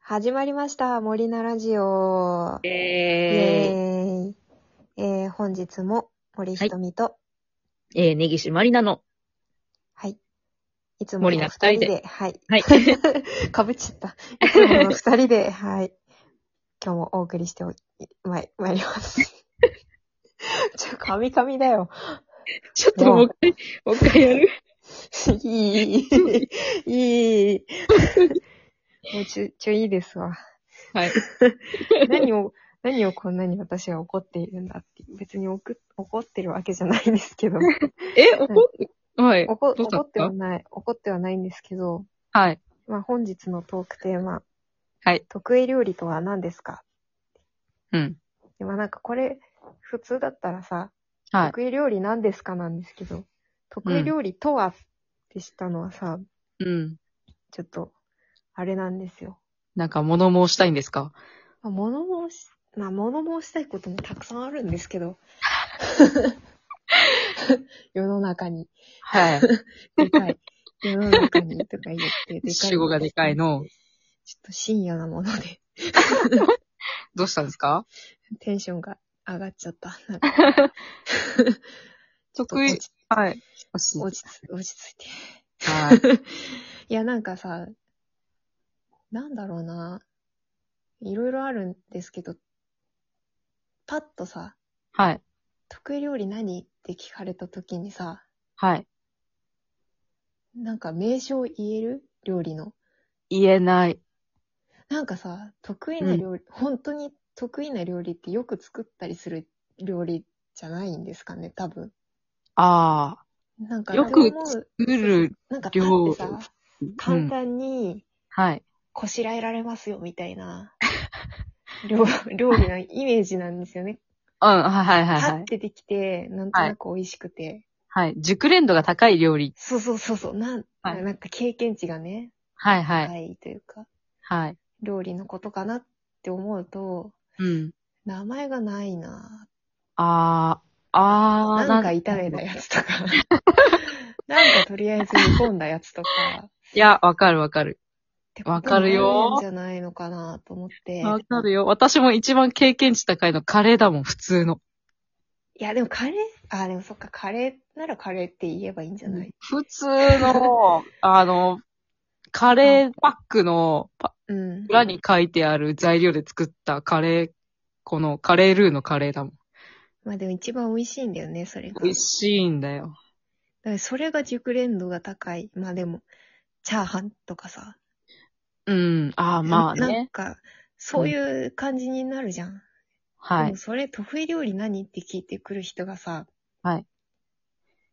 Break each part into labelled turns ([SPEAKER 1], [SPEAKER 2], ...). [SPEAKER 1] 始まりました。森菜ラジオ。イ
[SPEAKER 2] えー、
[SPEAKER 1] ェーイ。えー、本日も森ひとみと、はい、
[SPEAKER 2] えー、根岸まりなの。
[SPEAKER 1] い。つもの
[SPEAKER 2] 森菜
[SPEAKER 1] 二
[SPEAKER 2] 二
[SPEAKER 1] 人
[SPEAKER 2] 人で
[SPEAKER 1] で、はい。
[SPEAKER 2] はい
[SPEAKER 1] かぶっちゃった。いつもの二人で、はい。今日もお送りしておい、まい、まいります。 ちょ、カミカミだよ。
[SPEAKER 2] ちょっともう一回、もう一回やる。
[SPEAKER 1] いい、い い。もうちょ、ちょいいですわ。
[SPEAKER 2] はい。
[SPEAKER 1] 何を、何をこんなに私は怒っているんだって。別に怒怒ってるわけじゃないんです けど。
[SPEAKER 2] え、おこ、はい。
[SPEAKER 1] 怒
[SPEAKER 2] どうした
[SPEAKER 1] 怒ってはない、怒ってはないんですけど、
[SPEAKER 2] はい。
[SPEAKER 1] まあ本日のトークテーマ。
[SPEAKER 2] はい
[SPEAKER 1] 得意料理とは何ですか
[SPEAKER 2] うん。
[SPEAKER 1] でもなんかこれ、普通だったらさ、
[SPEAKER 2] はい。
[SPEAKER 1] 得意料理何ですかなんですけど、得意料理とはってしたのはさ、
[SPEAKER 2] うん。
[SPEAKER 1] ちょっと、あれなんですよ。
[SPEAKER 2] なんか物申したいんですか
[SPEAKER 1] まあ、物申し、まあ、物申したいこともたくさんあるんですけ ど。世の中に、
[SPEAKER 2] はい。
[SPEAKER 1] でかい。世の中にとか言って、でかい。
[SPEAKER 2] 主語がでかい。の。
[SPEAKER 1] ちょっと深夜なもので、
[SPEAKER 2] どうしたんですか
[SPEAKER 1] テンションが上がっちゃった。なんか
[SPEAKER 2] 得
[SPEAKER 1] 落
[SPEAKER 2] 意。
[SPEAKER 1] ち
[SPEAKER 2] はい。惜しい。
[SPEAKER 1] 落ち着落ち着いて。
[SPEAKER 2] はい。
[SPEAKER 1] いや、なんかさ、なんだろうな。いろいろあるんですけど、パッとさ、
[SPEAKER 2] はい。
[SPEAKER 1] 得意料理何って聞かれた時にさ、
[SPEAKER 2] はい。
[SPEAKER 1] なんか名称言える料理の。
[SPEAKER 2] 言えない。
[SPEAKER 1] なんかさ、得意な料理、本当に得意な料理ってよく作ったりする料理じゃないんですかね、多分。
[SPEAKER 2] あ
[SPEAKER 1] なんか、
[SPEAKER 2] よく
[SPEAKER 1] そう思う
[SPEAKER 2] ー。うる。
[SPEAKER 1] なんか、パって
[SPEAKER 2] 料
[SPEAKER 1] さ、
[SPEAKER 2] う
[SPEAKER 1] 簡
[SPEAKER 2] ん。
[SPEAKER 1] 単に
[SPEAKER 2] はい。
[SPEAKER 1] こしらえられますよ、みたいな、 料料理のイメージなんですよね。
[SPEAKER 2] うん、はいはいはい
[SPEAKER 1] パ
[SPEAKER 2] は
[SPEAKER 1] っ
[SPEAKER 2] い。
[SPEAKER 1] てできて、なんとなく美味しくて。
[SPEAKER 2] はい。熟練度が高い料理。
[SPEAKER 1] そうそうそうそう、なん、
[SPEAKER 2] はい
[SPEAKER 1] なんか経験値がね、
[SPEAKER 2] はいはい。
[SPEAKER 1] 高いというか、
[SPEAKER 2] はい。
[SPEAKER 1] 料理のことかなって思うと、
[SPEAKER 2] うん。
[SPEAKER 1] 名前がないなぁ
[SPEAKER 2] あー、あー。
[SPEAKER 1] なんか炒めたやつとか。 なんかとりあえず煮込んだやつとか。
[SPEAKER 2] いや、わかるわかる。
[SPEAKER 1] って
[SPEAKER 2] わかるよ
[SPEAKER 1] ことになるんじゃないのかなと思って。
[SPEAKER 2] わかるよ。私も一番経験値高いのカレーだもん、普通の。
[SPEAKER 1] いや、でもカレー、あ、でもそっか、カレーならカレーって言えばいいんじゃない
[SPEAKER 2] 普通の、 あの、カレーパックのパ
[SPEAKER 1] うん。
[SPEAKER 2] 裏に書いてある材料で作ったカレー、このカレールーのカレーだもん。
[SPEAKER 1] まあでも一番美味しいんだよね、それが。
[SPEAKER 2] 美味しいんだよ。
[SPEAKER 1] だからそれが熟練度が高い。まあでも、チャーハンとかさ。
[SPEAKER 2] うん。ああ、まあ
[SPEAKER 1] な
[SPEAKER 2] ね
[SPEAKER 1] ん。か、そういう感じになるじゃん。
[SPEAKER 2] は
[SPEAKER 1] で
[SPEAKER 2] い
[SPEAKER 1] も。それ得意料理何って聞いてくる人がさ、
[SPEAKER 2] はい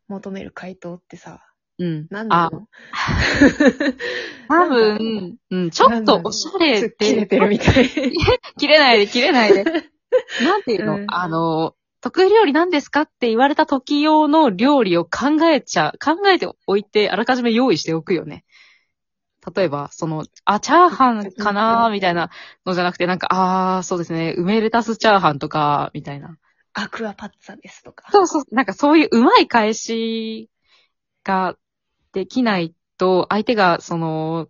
[SPEAKER 1] 求める回答ってさ、
[SPEAKER 2] うん。
[SPEAKER 1] なんだ
[SPEAKER 2] あ
[SPEAKER 1] ろう
[SPEAKER 2] 多分、うん、ちょっとおしゃれ
[SPEAKER 1] 突
[SPEAKER 2] っ
[SPEAKER 1] っ切れ
[SPEAKER 2] て、
[SPEAKER 1] てるみたい。
[SPEAKER 2] 切れないで、切れないで。なんていうの、
[SPEAKER 1] うん
[SPEAKER 2] あの、得意料理何ですかって言われた時用の料理を考えちゃ、考えておいて、あらかじめ用意しておくよね。例えば、その、あ、チャーハンかなーみたいなのじゃなくて、なんか、あー、そうですね、梅レタスチャーハンとか、みたいな。
[SPEAKER 1] アクアパッツァですとか。
[SPEAKER 2] そうそう、なんかそういううまい返しができないと、相手が、その、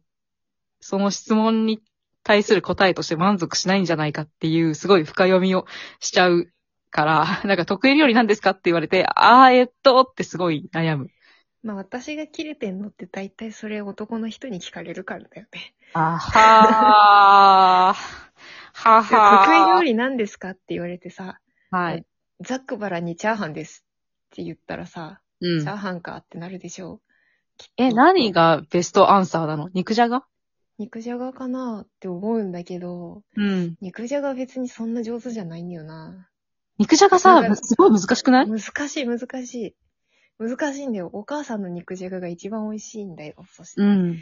[SPEAKER 2] その質問に対する答えとして満足しないんじゃないかっていう、すごい深読みをしちゃうから、 なんか得意料理なんですかって言われて、あー、えっと、ってすごい悩む。
[SPEAKER 1] まあ私が切れてんのって大体それ男の人に聞かれるからだよね。
[SPEAKER 2] あはー。は
[SPEAKER 1] 得意料
[SPEAKER 2] 理。
[SPEAKER 1] 理何ですかって言われてさ、
[SPEAKER 2] はい。
[SPEAKER 1] ザックバラにチャーハンですって言ったらさ、
[SPEAKER 2] う
[SPEAKER 1] チャー
[SPEAKER 2] ん。
[SPEAKER 1] ハンかってなるでしょう。
[SPEAKER 2] え、何がベストアンサーなの肉じゃが
[SPEAKER 1] 肉じゃがかなって思うんだけど、
[SPEAKER 2] うん。
[SPEAKER 1] 肉じゃが別にそんな上手じゃないんだよな。
[SPEAKER 2] 肉じゃが
[SPEAKER 1] なん
[SPEAKER 2] さ、
[SPEAKER 1] か
[SPEAKER 2] すごい難しくない
[SPEAKER 1] 難しい、難しい。難しいんだよ。お母さんの肉じゃがが一番美味しいんだよ。そして、
[SPEAKER 2] うん。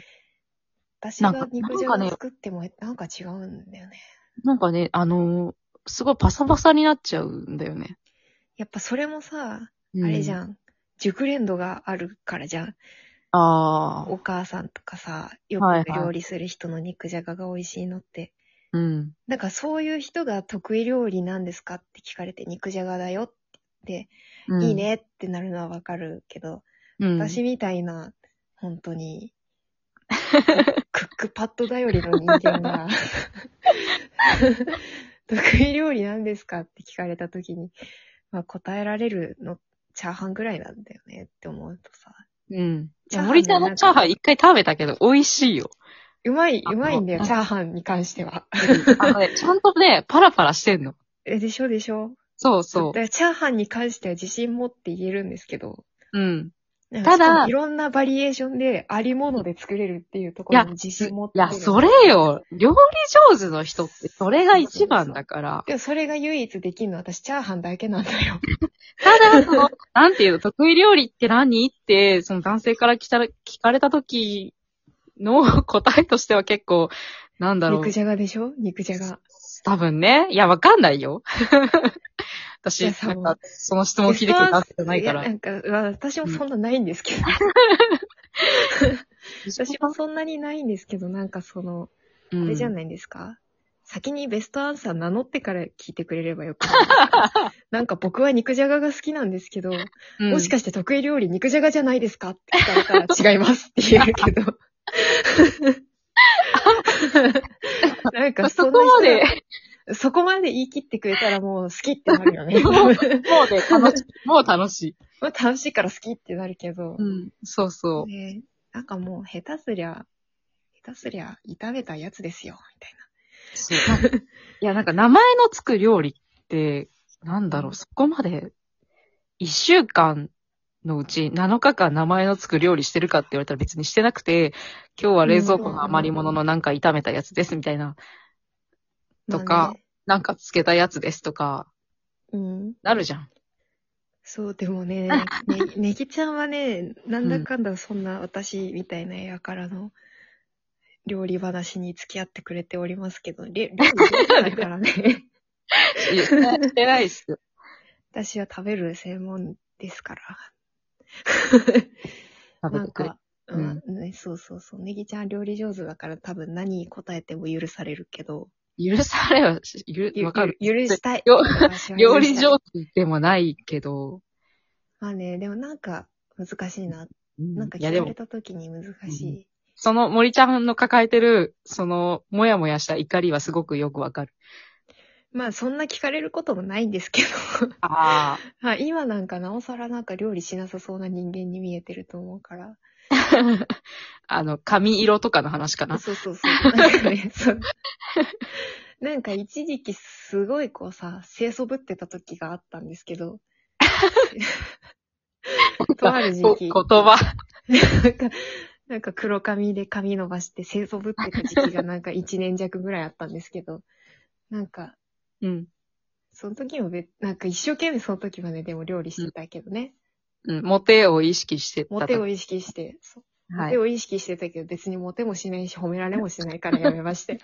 [SPEAKER 1] 私が
[SPEAKER 2] なんか
[SPEAKER 1] 肉じゃ
[SPEAKER 2] なんか
[SPEAKER 1] が
[SPEAKER 2] ね
[SPEAKER 1] 作ってもなんか違うんだよね。
[SPEAKER 2] なんかね、あのーすごいパサパサになっちゃうんだよね。
[SPEAKER 1] やっぱそれもさ、あれじ
[SPEAKER 2] ん。
[SPEAKER 1] ゃん。熟練度があるからじゃん。
[SPEAKER 2] ああ。
[SPEAKER 1] お母さんとかさ、よ
[SPEAKER 2] はい
[SPEAKER 1] く
[SPEAKER 2] はい
[SPEAKER 1] 料理する人の肉じゃがが美味しいのって。
[SPEAKER 2] うん。
[SPEAKER 1] なんかそういう人が得意料理なんですかって聞かれて肉じゃがだよって
[SPEAKER 2] う
[SPEAKER 1] 言って、い
[SPEAKER 2] ん
[SPEAKER 1] い。ねってなるのはわかるけど、
[SPEAKER 2] うん、
[SPEAKER 1] 私みたいな、本当に、クックパッド頼りの人間が、 得意料理何ですかって聞かれた時に、まあ答えられるの、チャーハンぐらいなんだよねって思うとさ、
[SPEAKER 2] うん。い
[SPEAKER 1] チャーハ
[SPEAKER 2] や、
[SPEAKER 1] ンね
[SPEAKER 2] 森ちゃんのチャーハン一回食べたけど、美味しいよ。
[SPEAKER 1] うまい、うまいんだよ、
[SPEAKER 2] あ
[SPEAKER 1] チャーハンに関しては。
[SPEAKER 2] あのね、ちゃんとね、パラパラしてんの。
[SPEAKER 1] え、でしょでしょ
[SPEAKER 2] そうそ
[SPEAKER 1] だからチャーハンに関しては自信持って言えるんですけど、
[SPEAKER 2] う。うん。
[SPEAKER 1] なん
[SPEAKER 2] た
[SPEAKER 1] か
[SPEAKER 2] だ
[SPEAKER 1] しかもいろんなバリエーションでありもので作れるっていうところに自信持って
[SPEAKER 2] い
[SPEAKER 1] る
[SPEAKER 2] や、それよ。料理上手の人って、それが一番だから。
[SPEAKER 1] でもそれが唯一できるのは私、チャーハンだけなんだよ。
[SPEAKER 2] ただ、そ の、なんていうの、得意料理って何って、その男性から聞かれ聞かれた時の 答えとしては結構、なんだろう
[SPEAKER 1] 肉。じゃがでしょ肉じゃが。
[SPEAKER 2] 多分ね。いや、わかんないよ。 私
[SPEAKER 1] い、や多
[SPEAKER 2] なん
[SPEAKER 1] 分
[SPEAKER 2] か、その質問聞いてくる男性じゃないか
[SPEAKER 1] い
[SPEAKER 2] ら
[SPEAKER 1] や。なんか、まあ私もそんなないんですけど。私もそんなにないんですけど、なんかその、
[SPEAKER 2] う
[SPEAKER 1] あ
[SPEAKER 2] ん
[SPEAKER 1] れじゃないですか、先にベストアンサー名乗ってから聞いてくれればよく ない。なんか僕は肉じゃがが好きなんですけど、
[SPEAKER 2] うん
[SPEAKER 1] もしかして得意料理肉じゃがじゃないですかって聞かれたら違いますって言えるけ ど。 なんか
[SPEAKER 2] そ
[SPEAKER 1] そ
[SPEAKER 2] こまで、
[SPEAKER 1] の人そこまで言い切ってくれたらもう好きってなるよね。
[SPEAKER 2] もうで楽し い。もう楽しい。
[SPEAKER 1] まあ楽しいから好きってなるけど、
[SPEAKER 2] うん。そうそう。
[SPEAKER 1] ねなんかもう下手すりゃ、下手すりゃ炒めたやつですよ、みたい
[SPEAKER 2] そう。いや、なんか名前のつく料理って、なんだろう、そこまで、一週間のうち7日間名前のつく料理してるかって言われたら別にしてなくて、今日は冷蔵庫の余り物のなんか炒めたやつですみたいな、
[SPEAKER 1] な。
[SPEAKER 2] とか
[SPEAKER 1] まあね
[SPEAKER 2] なんかつけたやつですとか、
[SPEAKER 1] うん。
[SPEAKER 2] なるじゃん。
[SPEAKER 1] そう、でもね、ね、 ねぎちゃんはね、なんだかんだそんな私みたいなやからの料理話に付き合ってくれておりますけど、り料理上手だから ね。
[SPEAKER 2] いやしてないっすよ。
[SPEAKER 1] 私は食べる専門です から。
[SPEAKER 2] 食
[SPEAKER 1] な
[SPEAKER 2] べ
[SPEAKER 1] ん
[SPEAKER 2] てくれ
[SPEAKER 1] か、うん、ねそうそうそう。ねぎちゃん料理上手だから多分何答えても許されるけど、
[SPEAKER 2] 許されはし、
[SPEAKER 1] ゆ
[SPEAKER 2] ゆわかる。
[SPEAKER 1] ゆ許したい。
[SPEAKER 2] よ
[SPEAKER 1] 私は許したい
[SPEAKER 2] 料理上手でもないけど、
[SPEAKER 1] まあね、でもなんか難しいな。
[SPEAKER 2] うん
[SPEAKER 1] なんか
[SPEAKER 2] い
[SPEAKER 1] 聞
[SPEAKER 2] や
[SPEAKER 1] か
[SPEAKER 2] でも
[SPEAKER 1] れ、た時に難しい。
[SPEAKER 2] その森ちゃんの抱えてる、その、もやもやした怒りはすごくよくわかる。
[SPEAKER 1] まあそんな聞かれることもないんですけど。
[SPEAKER 2] ああ。
[SPEAKER 1] まあ今なんかなおさらなんか料理しなさそうな人間に見えてると思うから。
[SPEAKER 2] あの、髪色とかの話かな。
[SPEAKER 1] そうそうそう。なんかね、そう。なんか一時期すごいこうさ、清楚ぶってた時があったんですけ ど。とある時
[SPEAKER 2] こ
[SPEAKER 1] 期。
[SPEAKER 2] 言葉。
[SPEAKER 1] なんか、なんか黒髪で髪伸ばして清楚ぶってた時期がなんか1年弱ぐらいあったんですけど、なんか、
[SPEAKER 2] うん。
[SPEAKER 1] その時もべ、なんか一生懸命その時はね、でも料理してたけどね、
[SPEAKER 2] うん。モテを意識してた。
[SPEAKER 1] モテを意識して、そうモ
[SPEAKER 2] は
[SPEAKER 1] テ
[SPEAKER 2] い。
[SPEAKER 1] を意識してたけど別にモテもしないし褒められもしないからやめま したよ。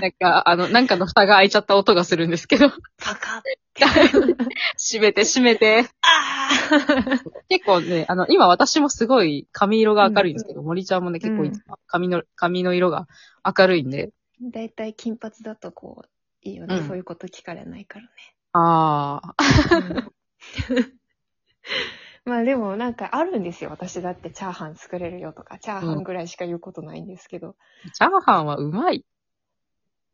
[SPEAKER 2] なんか、あの、なんかの蓋が開いちゃった音がするんです けど。
[SPEAKER 1] パカッ
[SPEAKER 2] 閉めて閉めて。
[SPEAKER 1] あー
[SPEAKER 2] 結構ね、あの、今私もすごい髪色が明るいんですけど、森ちゃんもね、結構いつも髪の、髪の色が明るいんで。
[SPEAKER 1] だいたい金髪だとこう、いいよね、
[SPEAKER 2] うん
[SPEAKER 1] そういうこと聞かれないからね。
[SPEAKER 2] ああ。
[SPEAKER 1] まあでもなんかあるんですよ。私だってチャーハン作れるよとか、チャーハンぐらいしか言うことないんですけど、
[SPEAKER 2] チャーハンはうまい。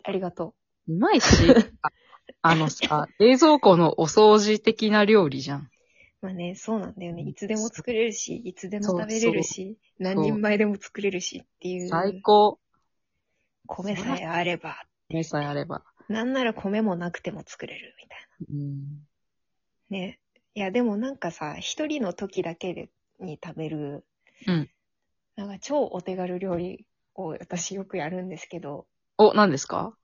[SPEAKER 1] ありがと
[SPEAKER 2] うまいし、 ああのさ、冷蔵庫のお掃除的な料理じゃん。
[SPEAKER 1] う。まあね、そうなんだよね。いつでも作れるし、いつでも食べれるし、何人前でも作れるしっていう。
[SPEAKER 2] 最高。
[SPEAKER 1] 米さえあれば。
[SPEAKER 2] 目さえあれば。
[SPEAKER 1] なんなら米もなくても作れるみたい
[SPEAKER 2] う
[SPEAKER 1] な。
[SPEAKER 2] ん。
[SPEAKER 1] ね。いやでもなんかさ、一人の時だけでに食べる、
[SPEAKER 2] うん
[SPEAKER 1] なんか超お手軽料理を私よくやるんですけど、
[SPEAKER 2] お、何ですか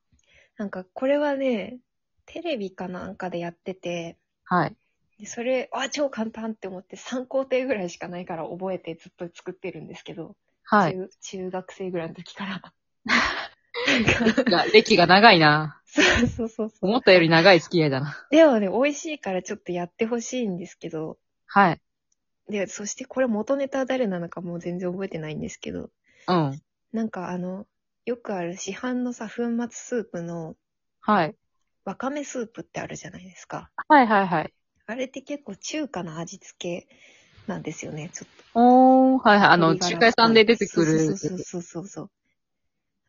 [SPEAKER 1] なんかこれはね、テレビかなんかでやってて、
[SPEAKER 2] はい。
[SPEAKER 1] でそれ、あ、超簡単って思って3工程ぐらいしかないから覚えてずっと作ってるんですけど、
[SPEAKER 2] はい。
[SPEAKER 1] 中中学生ぐらいの時から。 なんか
[SPEAKER 2] いや歴が長いな。
[SPEAKER 1] そうそうそうそう。
[SPEAKER 2] 思ったより長い付き合いだな。
[SPEAKER 1] でもね、美味しいからちょっとやってほしいんですけど、
[SPEAKER 2] はい。
[SPEAKER 1] で、そしてこれ元ネタは誰なのかもう全然覚えてないんですけど、
[SPEAKER 2] うん。
[SPEAKER 1] なんかあの、よくある市販のさ、粉末スープの
[SPEAKER 2] はい。
[SPEAKER 1] わかめスープってあるじゃないですか。
[SPEAKER 2] はいはいはい。
[SPEAKER 1] あれって結構中華の味付けなんですよね、ちょっと。
[SPEAKER 2] おー、はいはい。あの、
[SPEAKER 1] 鶏ガラ
[SPEAKER 2] 中華屋さんで出てくる
[SPEAKER 1] そうそうそうそうそうそう。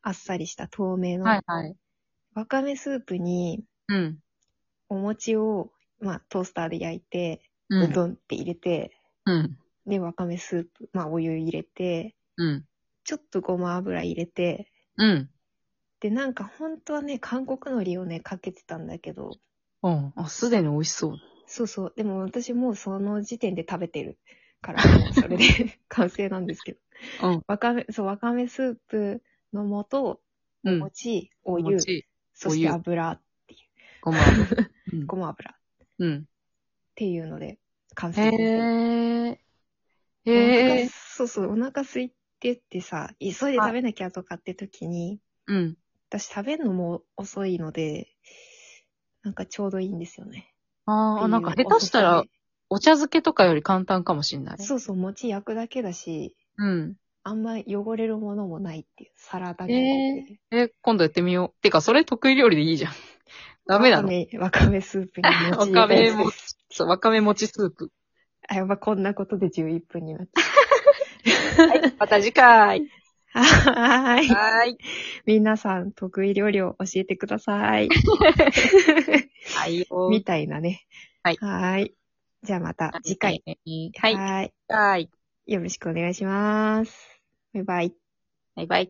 [SPEAKER 1] あっさりした透明の、
[SPEAKER 2] はいはい。
[SPEAKER 1] わかめスープに
[SPEAKER 2] うん。
[SPEAKER 1] お餅を、まあ、トースターで焼いて、
[SPEAKER 2] う。
[SPEAKER 1] うんどんって入れて、
[SPEAKER 2] うん。
[SPEAKER 1] で、わかめスープ、まあ、お湯入れて、
[SPEAKER 2] うん。
[SPEAKER 1] ちょっとごま油入れて、
[SPEAKER 2] うん。
[SPEAKER 1] で、なんか本当はね、韓国海苔をね、かけてたんだけど、
[SPEAKER 2] うん。あ、すでに美味しそう。
[SPEAKER 1] そうそう、でも私もうその時点で食べてるから、 もうそれで完成なんですけど。
[SPEAKER 2] うん。
[SPEAKER 1] わかめ、そう、わかめスープの素、
[SPEAKER 2] う
[SPEAKER 1] お
[SPEAKER 2] ん。
[SPEAKER 1] 餅、お
[SPEAKER 2] お
[SPEAKER 1] 湯、
[SPEAKER 2] 餅、
[SPEAKER 1] そして
[SPEAKER 2] お湯
[SPEAKER 1] 油、
[SPEAKER 2] ごま。うん
[SPEAKER 1] ごま油っ
[SPEAKER 2] うん。
[SPEAKER 1] ていうので、完成です。
[SPEAKER 2] へえ。
[SPEAKER 1] お
[SPEAKER 2] へ
[SPEAKER 1] 腹
[SPEAKER 2] え。
[SPEAKER 1] そうそう、お腹空いてってさ、急いで食べなきゃとかって時に、
[SPEAKER 2] うん。
[SPEAKER 1] 私食べるのも遅いので、なんかちょうどいいんですよね。
[SPEAKER 2] ああ、なんか下手したら、お茶漬けとかより簡単かもしんない。
[SPEAKER 1] そうそう、餅焼くだけだし、
[SPEAKER 2] うん。
[SPEAKER 1] あんま汚れるものもないっていう、皿だけっていう。
[SPEAKER 2] え、今度やってみよう。てか、それ得意料理でいいじゃん。ダメな
[SPEAKER 1] わか
[SPEAKER 2] の
[SPEAKER 1] め、わかめスー プに
[SPEAKER 2] わ
[SPEAKER 1] 餅
[SPEAKER 2] か
[SPEAKER 1] 入れ
[SPEAKER 2] め
[SPEAKER 1] たやつ
[SPEAKER 2] も
[SPEAKER 1] です。、
[SPEAKER 2] そう、わかめ餅スープ。
[SPEAKER 1] あ、やっぱこんなことで11分になっち
[SPEAKER 2] また次回。
[SPEAKER 1] ゃう。はーい。
[SPEAKER 2] はい。
[SPEAKER 1] 皆さん、得意料理を教えてくださ い。
[SPEAKER 2] はいよ。
[SPEAKER 1] みたいなね。
[SPEAKER 2] はい
[SPEAKER 1] はーい。じゃあまた次回。。
[SPEAKER 2] はい。
[SPEAKER 1] はーい。
[SPEAKER 2] はい。
[SPEAKER 1] よろしくお願いします。バイバイ。
[SPEAKER 2] バイバイ。